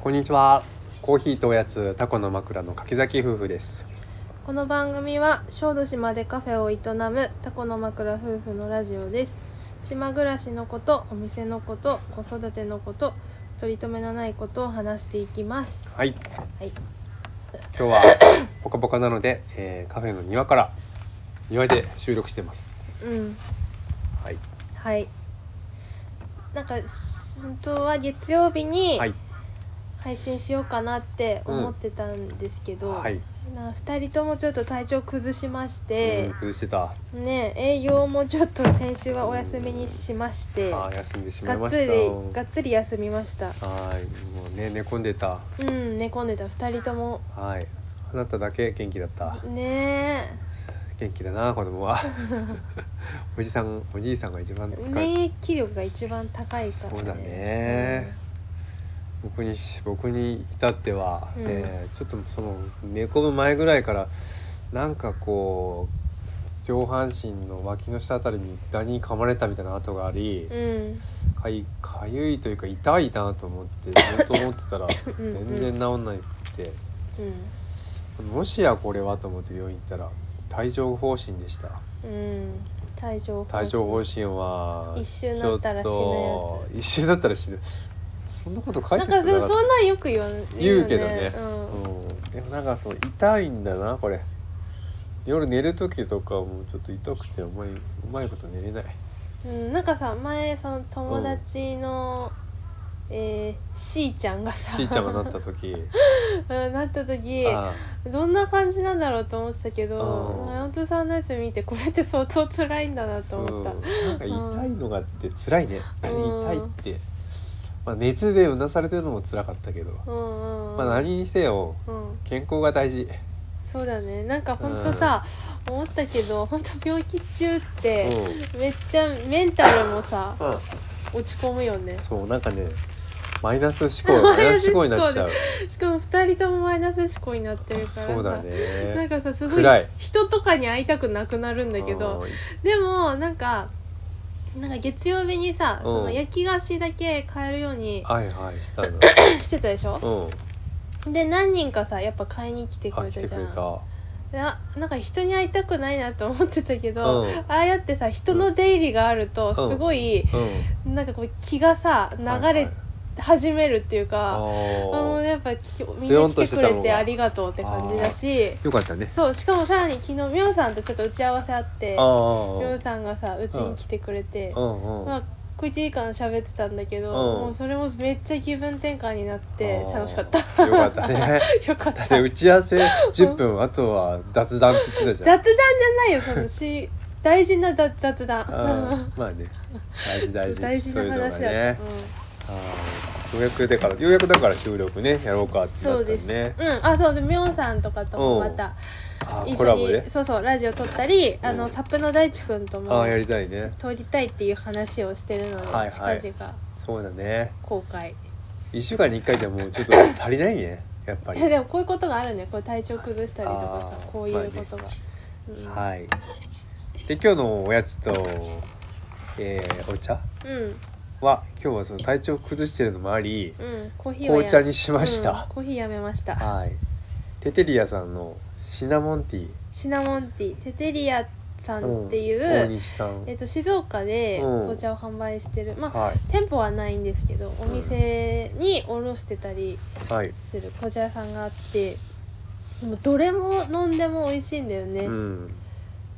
こんにちは。コーヒーとおやつタコの枕の柿崎夫婦です。この番組は小豆島でカフェを営むタコの枕夫婦のラジオです島暮らしのことお店のこと子育てのこと取り留めのないことを話していきますはい。はい今 日はポカポカなので、えーカフェの庭から庭で収録してます。うんはい。はいなんかし本当は月曜日にはい。配信しようかなって思ってたんですけど、はい。な2人ともちょっと体調崩しましうんて、崩してた。ね営業もちょっと先週はお休みにしまして、あー休んでしまいがまっしつた。りがっつり休みましたはい。もうね寝込んでた。うん寝込んでた2人ともはい。あなただけ元気だった。ね元気だな子 供は。おじさんおじいさんが一番疲えれて。免疫力が一番高いから、そうだね、僕にし僕に至っては、うんえーちょっとその寝込む前ぐらいからなんかこう上半身の脇の下あたりにダニに噛まれたみたいな跡がありう、んかいかゆいというか痛いなと思ってずっと思ってたらうんうん全然治んないってもしやこれはと思って病院行ったら帯状疱疹でしたうん、うん、体調帯状疱疹は一瞬だったら死ちぬやつょっと一瞬だったら死ぬそんなこと書いてなんくれかでもかっそたんなんよく言わ言うけどねう、んうん、でもなんかそう痛いんだなこれ夜寝る時とかもちょっと痛くてうまいうまいこと寝れないうん、なんかさ前その友達の、えー、しーちゃんがさしーちゃんがなった 時うんなった時あどんな感じなんだろうと思ってたけどうん山本さんのやつ見てこれって相当辛いんだなあとそう思った。なんか痛いのがあって辛いね、うん痛いって、まあ、熱でうなされてるのも辛かったけど、うんうんまあ、何にせようん、健康が大事そうだねなんかほんとさ、思ったけどほんと病気中っうん、てめっちゃメンタルもさう落ち込むよねん、そうなんかねマイナス思考マイナス思考になっちゃうしかも2人ともマイナス思考になってるからさそうだなんねかさすごい暗い人とかに会いたくなくなるんだけどでもなんかなんか月曜日にさんその焼き菓子だけ買えるようにうんはいはいしたんだしてたでしょうんで何人かさやっぱ買いに来てくあれ来たてじくゃれんたであなんか人に会いたくないなと思ってたけど、うんああやってさ人の出入りがあるとすごい、うなんかこう気がさん流れ始めるっていうあか、あのーやっぱきみんヨなン来とてしてくたれのてがありがとうって感じだしよかったねそうしかもさらに昨日みょうさんとちょっと打ち合わせあってあみょーうさんがさうちに来てくれて、うんうんまあ小一時間喋ってたんだけど、うんもうそれもめっちゃ気分転換になって楽しかった たよかったねよかだったって打ち合わせ10分あとは雑談って言ってたじゃん雑談じゃないよそのし大事な雑雑談うんまあね大事大事 大事そういなうのが話だったねうんあーようやくだからようやくだから収録ねやろうかってそなうっでたす、ねうんあそうでみょうさんとかともまたあー一コラ緒ボにでそうそうラジオ撮ったりあうのんサップの大地くんとあもあやりたいね撮りたいっていう話をしてるので、はいはい近々そうだね公開1週間に1回じゃもうちょっと足りないねやっぱいりやでもこういうことがあるねこう体調崩したりとかさあーこういうことが、うんはい。で今日のおやつと、えーお茶うんは今日はその体調崩してるのもありうんコーヒーはや紅茶にしましうんた。コーヒーやめましたはい。テテリアさんのシナモンティシナモンティーテテリアさーんっていう、うん大西さん。えっと静岡でうん紅茶を販売してる、まあ、は店舗はないんですけどお店に卸してたりいはい。する紅茶屋さんがあってでもどれも飲んでも美味しいんだよね、うん。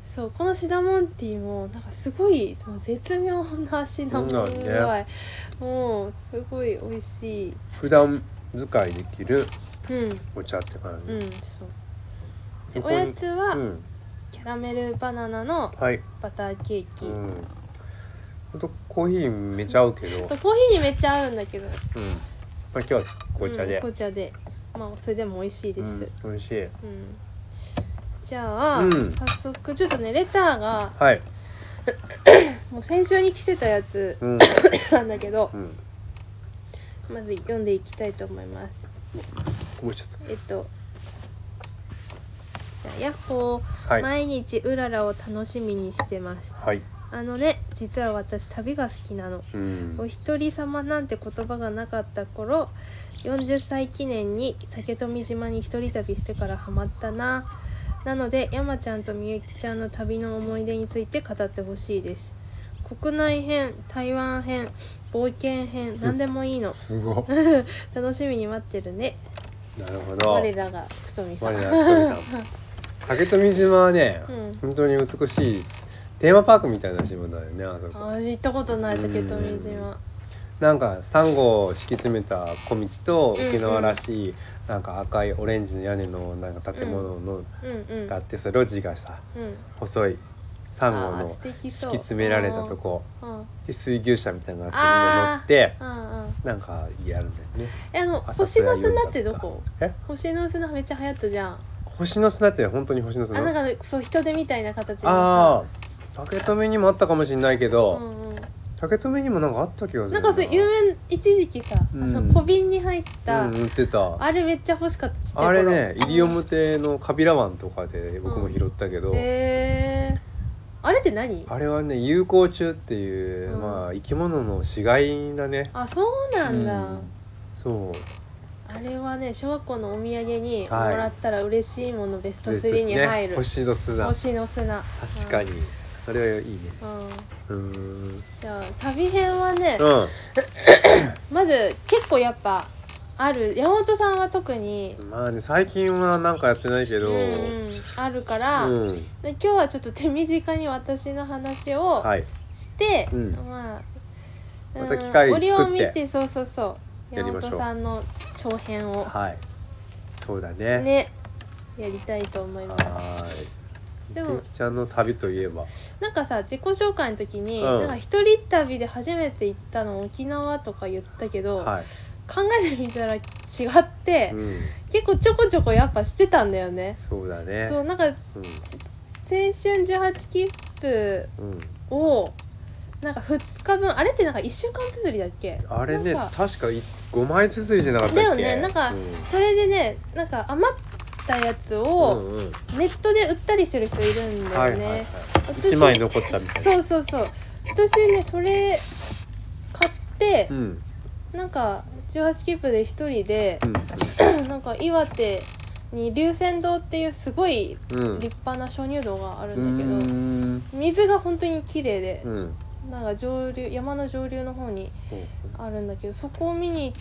そうこのシナモンティーもなんかすごいもう絶妙なシナモン具合、うんねもうすごい美味しい普段使いできるうんお茶って感うじ。んそうでこおれやつは、うん。キャラメルバナナのはい。バターケーキ、うん。ほんとコーヒーめちゃ合うけど。うん。まとコーヒーにめっちゃ合うんだけどあ今日は紅茶うんで。紅茶でまあそれでも美味しいです、うん。美味しい。うんじゃあ、うん早速ちょっとねレターがはい。もう先週に来てたやつうん。なんだけどうん。まず読んでいきたいと思いますもうちょっと。えっとじゃあヤッホー、はい毎日うららを楽しみにしてますはい。あのね実は私旅が好きなのうんお一人様なんて言葉がなかった頃40歳記念に竹富島に一人旅してからハマったななので山ちゃんとみゆきちゃんの旅の思い出について語ってほしいです国内編台湾編冒険編何でもいいのすごっ楽しみに待ってるねなるほど我らが太みさん我らひとみ さん竹富島はね、うん本当に美しいテーマパークみたいな島だよねあそこあ私行ったことない竹富島なんかサンゴを敷き詰めた小道とうんうん沖縄らしい、なんか赤いオレンジの屋根のなんか建物のうんうんがあってそれ路地がさうん細いサンゴあーの素敵敷きそう詰められたとこうんうんで水牛車みたいなのがあ乗ってうんなんかやるんだよねえあの朝星倉の夜だ砂とかってどこえ星の砂めっちゃ流行ったじゃん星の砂って本当に星の砂あなんかそう人手みたいな形のあさー竹富にもあったかもしれないけど、うんうん竹富にもなんかあった気がするなんかそう有名一時期さ、うんあの小瓶に入った、うん売ってたあれめっちゃ欲しかったちっちゃい頃あれね西表のカビラ湾とかで僕も拾ったけど、へえあれって何ああれはね有効虫っていう、うんまあ生き物の死骸だねそうなんだ、うんそうあれはね小学校のお土産にもはいらったら嬉しいものベストです3に入る、星の砂星の砂確かに、それはいいねうん、うんうーんじゃあ旅編はね、うんまず結構やっぱある山本さんは特に、まあね最近はなんかやってないけうどんううん、あるから、んで今日はちょっと手短に私の話をはいして、うんまあ、また機会作って折を見てそうそうそうやり山ま本しょうさんの長編をはいそうだねねやりたいと思いますはーいでもみゆきちゃんの旅といえばなんかさ自己紹介の時に、うんなんか一人旅で初めて行ったの沖縄とか言ったけど、は考えてみたら違っい、て、うん、結構ちょこちょこやっぱしてたんだよねそうだねそうなんか青うん春18切符うん、をなんか2日分あれってなんか1週間綴りだっけあれねなんか確かい5枚綴りじゃなかったっけだよねなんかそれでねなんか余ったやつうんをうんうんネットで売ったりしてる人いるんだはいよはいはいね、 1枚残ったみたいなそうそうそう私ねそれ買ってう、んなんか18切符で一人でう、んなんか岩手に龍泉洞っていうすごいうん立派な鍾乳洞があるうんだけど、ん水が本当に綺麗でう、んなんか上流山の上流の方にあるんだけどそこを見に行っ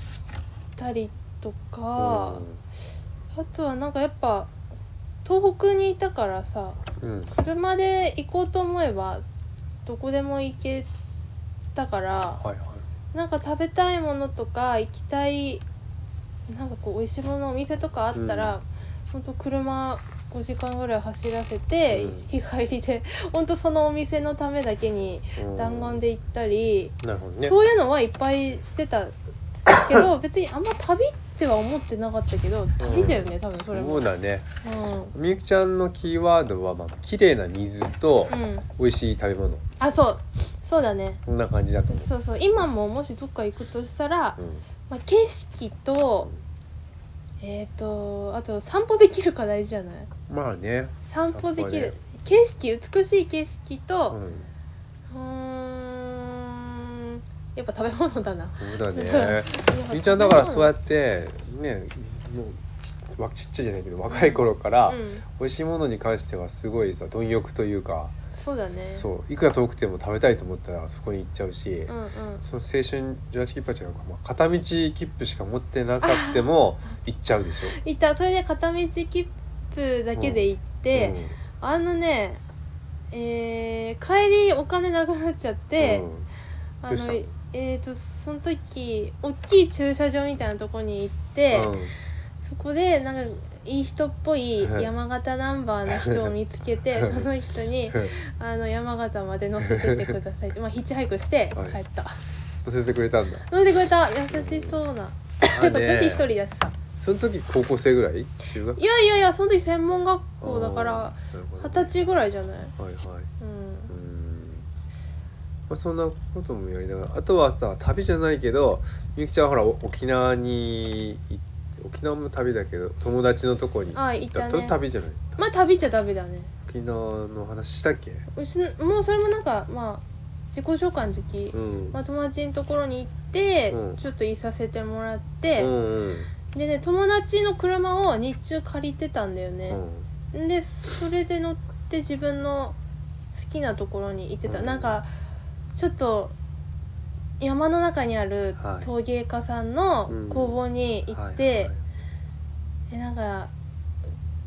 たりとか、あとはなんかやっぱ東北にいたからさうん車で行こうと思えばどこでも行けたからはいはいなんか食べたいものとか行きたいなんかこう美味しいものお店とかあったら、ほんと車5時間ぐらい走らせて、うん日帰りで ほんとそのお店のためだけにうん弾丸で行ったり。なるほどねそういうのはいっぱいしてたけど 別にあんま旅っては思ってなかったけど旅だよね多分それも。そうだねうんみゆきちゃんのキーワードはまあ綺麗な水とうん、美味しい食べ物あそうそうだねこんな感じだと思そうそう今ももしどっか行くとしたらう、、うんまあ、景色とえっ、とあと散歩できるか大事じゃないまあね散歩できる、散景色美しい景色うとんうーんやっぱ食べ物だな。そうだ ね みゆんきちゃんだからそうやってねもうわちっちゃいじゃないけど若い頃から、うん、美味しいものに関してはすごいさ貪欲というかそうだね。そういくら遠くても食べたいと思ったらそこに行っちゃうし、うんうん、その青春18切符は違うか、まあ、片道切符しか持ってなかっても行っちゃうでしょ。行ったそれで片道切符だけで行って、あのねえー帰りお金なくなっちゃっうん、て、うんあどうしたのえー、とその時大きい駐車場みたいなとこに行って、そこでなんかいい人っぽい山形ナンバーの人を見つけてその人にうん 「あの山形まで乗せてってください」って、まあ、ヒッチハイクして帰った、乗せてくれたんだ。乗せてくれた優しそうな、やっぱ女子一人だしさその時高校生ぐらい中学いやいやいやその時専門学校だからあーなるほど二十歳ぐらいじゃないはいはい。うんうんまあ、そんなこともやりながらあとはさ旅じゃないけどみゆきちゃんはほらお沖縄に行沖縄も旅だけど友達のとこにあ行ったねと旅じゃないまあ旅っちゃ旅だね沖縄の話したっけうしもうそれもなんかまあ自己紹介の時、うん、まあ、友達のところに行って、うんちょっといさせてもらっうて、んうんでね友達の車を日中借りてたんだよね、でそれで乗って自分の好きなところに行ってた、うんなんかちょっと山の中にあるはい陶芸家さんのうん工房にうん行っはいて、はいでなんか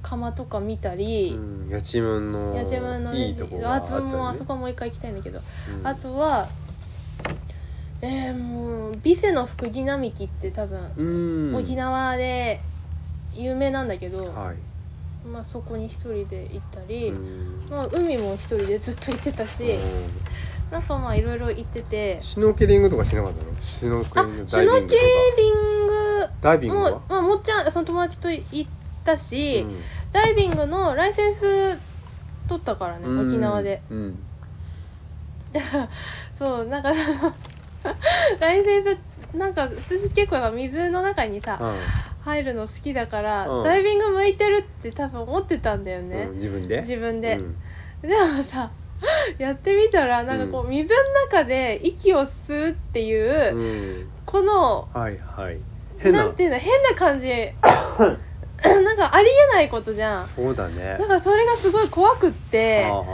窯とか見たり、うん、八千文のいや自分のねいいとこがああった自よ分もあねそこもう一回行きたいんだけど、うんあとはえー、もうビセの福木並木って多分、うん沖縄で有名なんだけど、はい、まあ、そこに一人で行ったり、うんまあ、海も一人でずっと行ってたし、うなんかまあいろいろ行っててんシュノーケリングとかしなかったのシュノーケあリングシダュイビンノグーとケかリダイビンンググはも、まあ、もっちゃんその友達と行ったし、うんダイビングのライセンス取ったからね沖縄で、うんそうなんか ライセンスなんか私結構やっぱ水の中にさ入るの好きだから、うんダイビング向いてるって多分思ってたんだようんねうん、自分で自分で、うんでもさ やってみたらなんかこう、水の中で息を吸うっていう、うんこのはいはい変ななんていうの変 な感じなんかありえないことじゃんそうだねなんかそれがすごい怖くっあてあああああ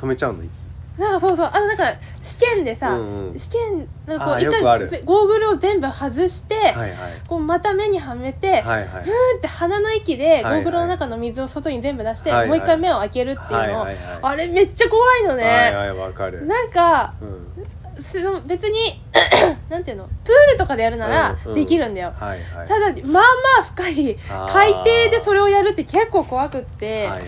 止めちゃうの息なんかそうそうあのなんか試験でさ、うんうん試験なんかこあうー一よくある回ぜゴーグルを全部外して、はいはいこうまた目にはめて、はいはいふーって鼻の息でいゴはいーグルの中の水を外に全部出して、はいはいもう一回目を開けるっていうのを、はいはいはいあれめっちゃ怖いのね、はいはいわかるなんかうんその別に なんていうのプールとかでやるならうんうんできるんだよ、はいはいただまあまあ深いあー海底でそれをやるって結構怖くって、はいはい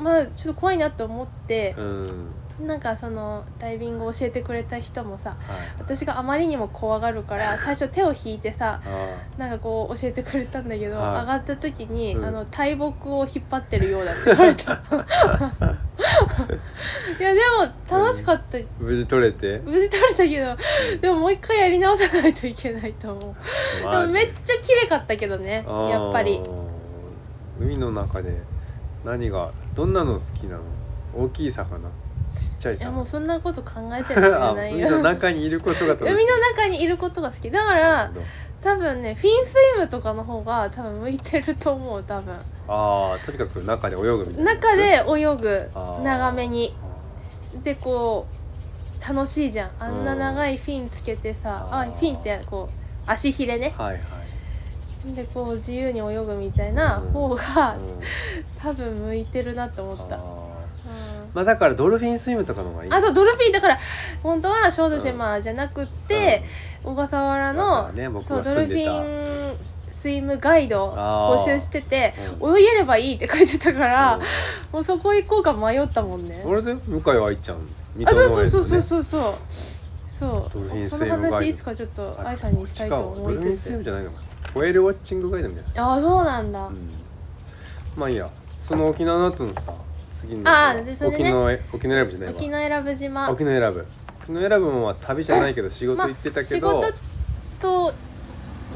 まあちょっと怖いなと思ってう、んなんかそのダイビングを教えてくれた人もさはい私があまりにも怖がるから最初手を引いてさあなんかこう教えてくれたんだけど、はい上がった時に、うんあの大木を引っ張ってるようだって言わ れたいやでも楽しかった、あ無事取れて無事取れたけどでももう一回やり直さないといけないと思うでまあもめっちゃ綺麗かったけどねあーやっぱり海の中で何がどんなの好きなの大きい魚ちっちゃいいや魚 もうそんなこと考えてるんじゃあない海よの海中にいることが楽しいの中にいることが好きだから多分ねフィンスイムとかの方が多分向いてると思う多分ああとにかく中で泳ぐみたいなやつ中で泳ぐあー長めにあでこう楽しいじゃんあんな長いフィンつけてさああーフィンってこう足ひれねーはいはいでこう自由に泳ぐみたいな方がうん多分向いてるなと思った、あーうんまあだからドルフィンスイムとかの方がいいあとドルフィンだから本当は小豆島じゃなくって、小笠原小笠の、原ね僕そうが住ドルんフでたィンスイムガイドを募集しててあ、ー泳げればいいって書いてたから、うんもうそこ行こうか迷ったもんね。俺で向井愛ちゃん水あ戸そう農園のそねうそうそうそうそうそドルフィンうスイそムのガイド話いつかちょっと愛さんにしたいと違うわ思ドいルフィンつスイムつじゃないのかホエールウォッチングガイドみたいなあそうなんだ、うんまあいいやその沖縄の後のさ次のあーでそれで沖ね縄へ沖縄選ぶじゃないわ沖永良部島沖縄選ぶ沖縄選ぶもまあ旅じゃないけど仕事行ってたけど、まあ、仕事と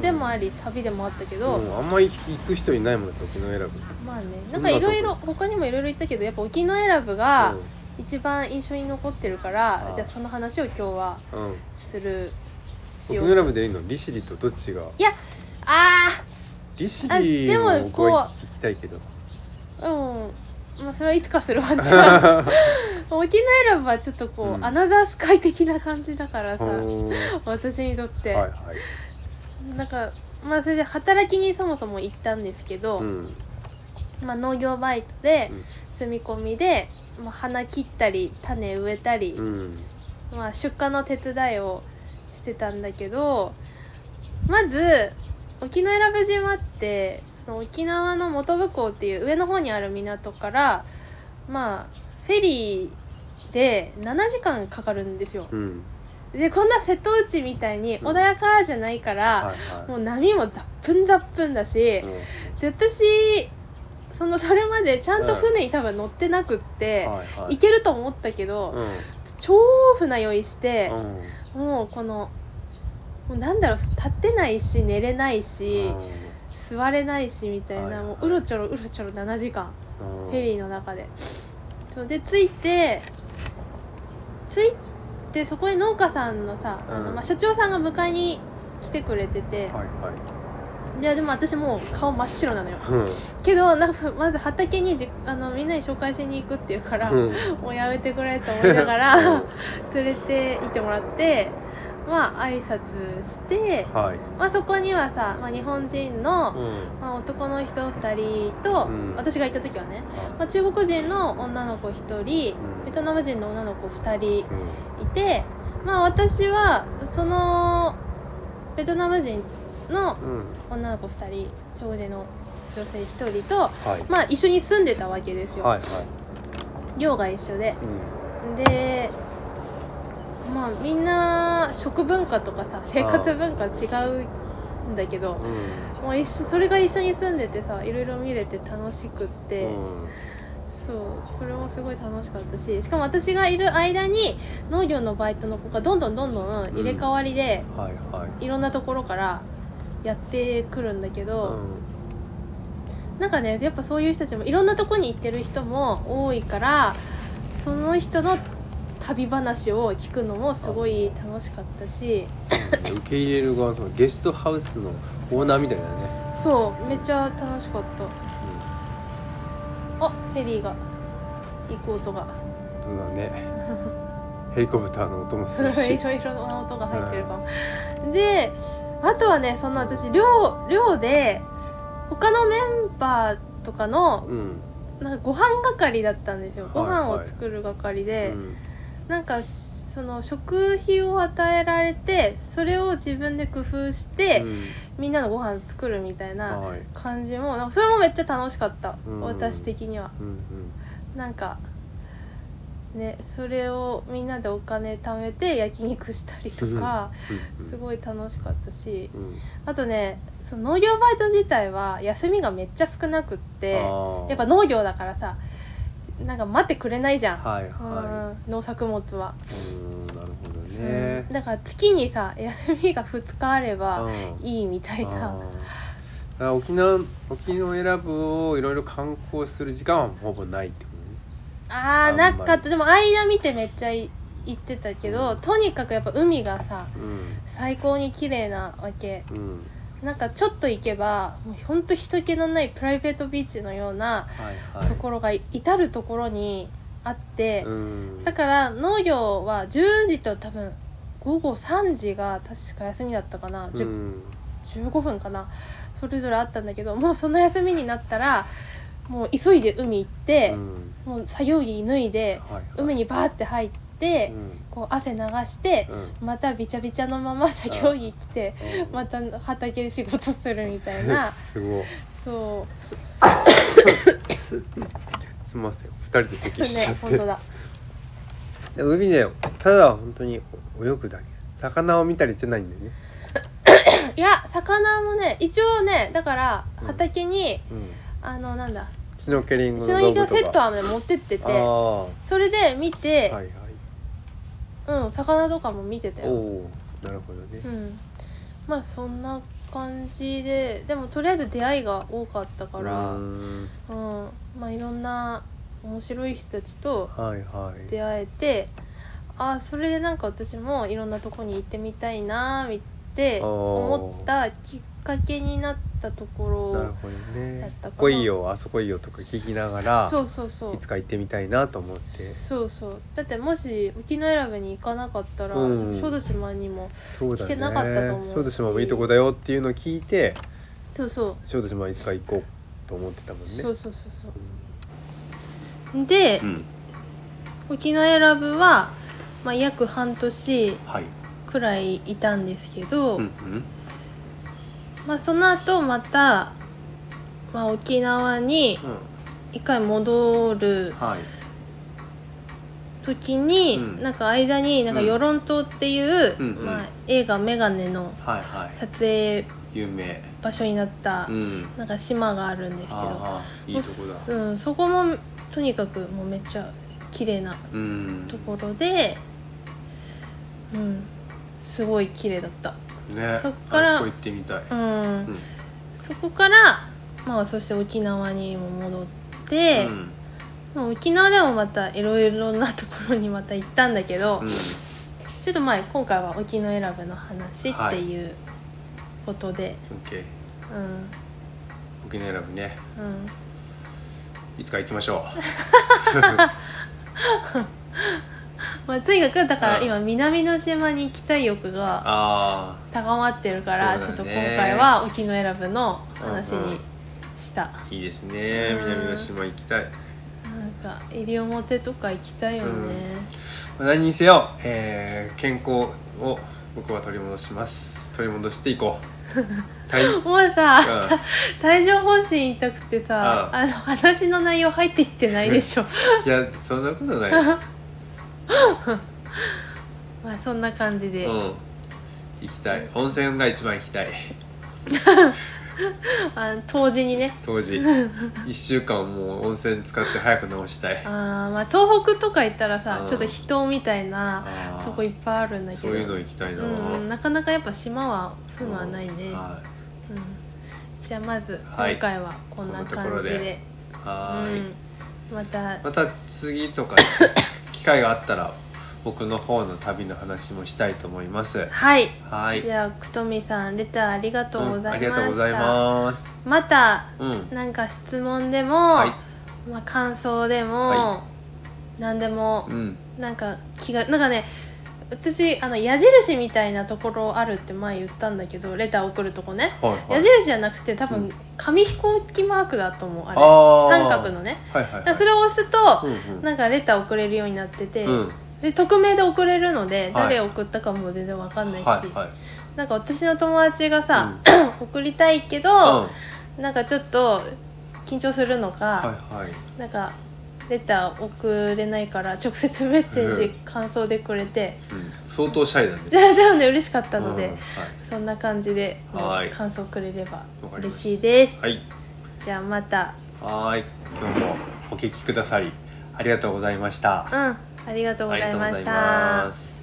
でもあり旅でもあったけど、うん、あんまり行く人いないもんだって沖縄選ぶまあねなんかいろいろ他にもいろいろ言ったけどやっぱ沖永良部が一番印象に残ってるから、うんじゃあその話を今日はうん、うん、するし沖縄よう選ぶでいいの利尻とどっちがいやあ利尻あでももこう僕は行きたいけどーうんまあそれはいつかす るわじゃあ沖永良部はちょっとこう、うんアナザースカイ的な感じだからさ、うんは私にとっいて、はいなんかまあそれで働きにそもそも行ったんですけど、うんまあ、農業バイトでうん住み込みで、まあ、花切ったり種植えたり、うんまあ、出荷の手伝いをしてたんだけどまず沖永良部島ってその沖縄の本部港っていう上の方にある港からまあフェリーで7時間かかるんですよ。うんでこんな瀬戸内みたいにうん穏やかじゃないから、はいはいもう波もザップンザップンだし、うんで私そのそれまでちゃんと船に多分乗ってなくって、はいはい行けると思ったけど、うん超船酔いして、うんもうこのもうなんだろう立ってないし寝れないし、座れないしみたいな、はいはいもううろちょろうろちょろ7時間うんフェリーの中でそうで着いて着いてそこに農家さんのさ、あのうんまあ、社長さんが迎えに来てくれてて、はいはいやでも私もう顔真っ白なのよいけどなんかまず畑にじあのみんなに紹介しに行くっていうから、うんうんもうやめてくれと思いながら 連れて行ってもらってまあ挨拶して、はいまあ、そこにはさ、まあ、日本人の、うんまあ、男の人2人と、うん私が行った時はね、まあ、中国人の女の子1人うんベトナム人の女の子2人うんいてまあ私はそのベトナム人のうん女の子2人中国人の女性1人と、はいまあ、一緒に住んでたわけですよ、はいはい寮が一緒でうんでまあみんな食文化とかさ生活文化違うんだけどうんもう一緒それが一緒に住んでてさいろいろ見れて楽しくって、うんそうそれもすごい楽しかったししかも私がいる間に農業のバイトの子がどんどんどんどん入れ替わりで、はいはいいろんなところからやってくるんだけうど、んなんかねやっぱそういう人たちもいろんなとこに行ってる人も多いからその人の旅話を聞くのもすごい楽しかったしそうね受け入れる側そのゲストハウスのオーナーみたいなねそうめっちゃ楽しかったあフェリーが行く音 がうんそうだねヘリコプターの音もするしいろいろな音が入ってるかもであとはねその私寮寮で他のメンバーとかのうんなんかご飯係だったんですよご飯はいをはい作る係で、うんなんかしその食費を与えられてそれを自分で工夫して、うんみんなのご飯作るみたいなはい感じもなんかそれもめっちゃ楽しかった、うん私的にはうんうんなんかねそれをみんなでお金貯めて焼肉したりとかうんうんすごい楽しかったしうんあとねその農業バイト自体は休みがめっちゃ少なくってあーやっぱ農業だからさなんか待ってくれないじゃん、はいはうん農作物は。いうんなるほどうねんだから月にさ休みが2日あればうんいいみたいあーなだから沖縄沖の選ぶをいろいろ観光する時間はほぼないってこああーんまなりかったでも間見てめっちゃい行ってたけどとにかくやっぱ海がさとね最高に綺麗なわけうんうんなんかちょっと行けばもうほんと人気のないプライベートビーチのようなはいはいところが至る所にあって、うんだから農業は10時と多分午後3時が確か休みだったかな、10うん15分かなそれぞれあったんだけどもうその休みになったらもう急いで海行ってう、んもう作業着脱いではいはい海にバーって入って、うんこう汗流して、うんまたびちゃびちゃのまま作業着着て、うんまた畑で仕事するみたい なすごいそうすみません二人で席しちゃねっ本て、当だで海でただ本当に泳ぐだけ魚を見たりじゃないんだよねいや魚もね一応ねだからうん畑に、うんあのなんだシュノーケリングシュノリングのの道具とかセットは、ね、持ってっててああはそれで見て、いはいうん魚とかも見てたよおおなるほどねうん、まあそんな感じででもとりあえず出会いが多かったから、ううんーんまあいろんな面白い人たちとはいはい出会えてあそれでなんか私もいろんなとこに行ってみたいなーって思ったきっかけになったとこなるろほどだっねたかなここいいよあそこいいよとか聞きながらそうそうそういつか行ってみたいなと思ってそうそうだってもし沖永良部に行かなかったら、うん小豆島にもそうだ聞けなかったと思うねし小豆島もいいとこだよっていうのを聞いてそうそう小豆島いつか行こうと思ってたもんねそうそうそうそうで、うん沖永良部は、まあ、約半年はいくらいいたんですけど、うんうんまあ、その後また、まあ、沖縄にうん一回戻るはい時に、うんなんか間に「なんかうん与論島」っていう、うんうんまあ、映画「メガネ」のはいは撮影有名場所になった、んなんか島があるんですけどああいいとこだうん、そこもとにかくもうめっちゃ綺麗なうんところで、うん、すごい綺麗だった。ねそっからあそこ行ってみたいうんうんそこから、まあ、そして沖縄にも戻って、うんもう沖縄でもまたいろいろなところにまた行ったんだけど、うんちょっと前今回は沖縄選ぶの話っていうことで、 OK うん沖縄選ぶねうんいつか行きましょ まあ、とにかくだからうん今南の島に行きたい欲うがあ高まってるから、そちょうっだとね今回は沖縄選ぶの話うんうにんした、あいいですねうん南の島行きたいなんか西表とか行きたいよね、何にせよ、えー健康を僕は取り戻します取り戻していこ うはいうんもうさ、帯状疱疹痛くてさ、うんあの話の内容入ってきてないでしょ いやそんなことない、うん、まあそんな感じで、行きたい温泉が一番行きたいあ当時にね当 時一週間もう温泉使って早く治したいあーまあ東北とか行ったらさ、うんちょっと人みたいなあーとこいっぱいあるんだけどそういうの行きたいな、うん、なかなかやっぱ島はそういうのはないね、はうん、じゃあまずはい今回はこんな感じで,、こんなところでいはーい、うん、またまた次と か機会があったら僕の方の旅の話もしたいと思いますはい、はいじゃあくとみさんレターありがとうござんいました、ありがとうございますまたうんなんか質問でも、はいまあ、感想でも、は何でもうんなんか気がなんかね私あの矢印みたいなところあるって前言ったんだけどレター送るとこね、はいは矢い印じゃなくて多う分ん紙飛行機マークだと思うあれあー三角のねはいはいだはからいそれを押すと、うんうんなんかレター送れるようになってて、うんで匿名で送れるのでい誰送ったかも全然わかんないし、はいはいなんか私の友達がさ、 送りたいけうんど、なんかちょっと緊張するのか、はいはいなんかレター送れないから直接メッセーうジん感想でくれて、うん相当シャイなんじでゃあでもね嬉しかったので、うんそんな感じではい感想くれれわばかりま嬉したしいです。はいじゃあまた、はいはーい今日もお聞きくださりありがとうございましたうん、ありがとうごありざがいとうごまざしいたま。す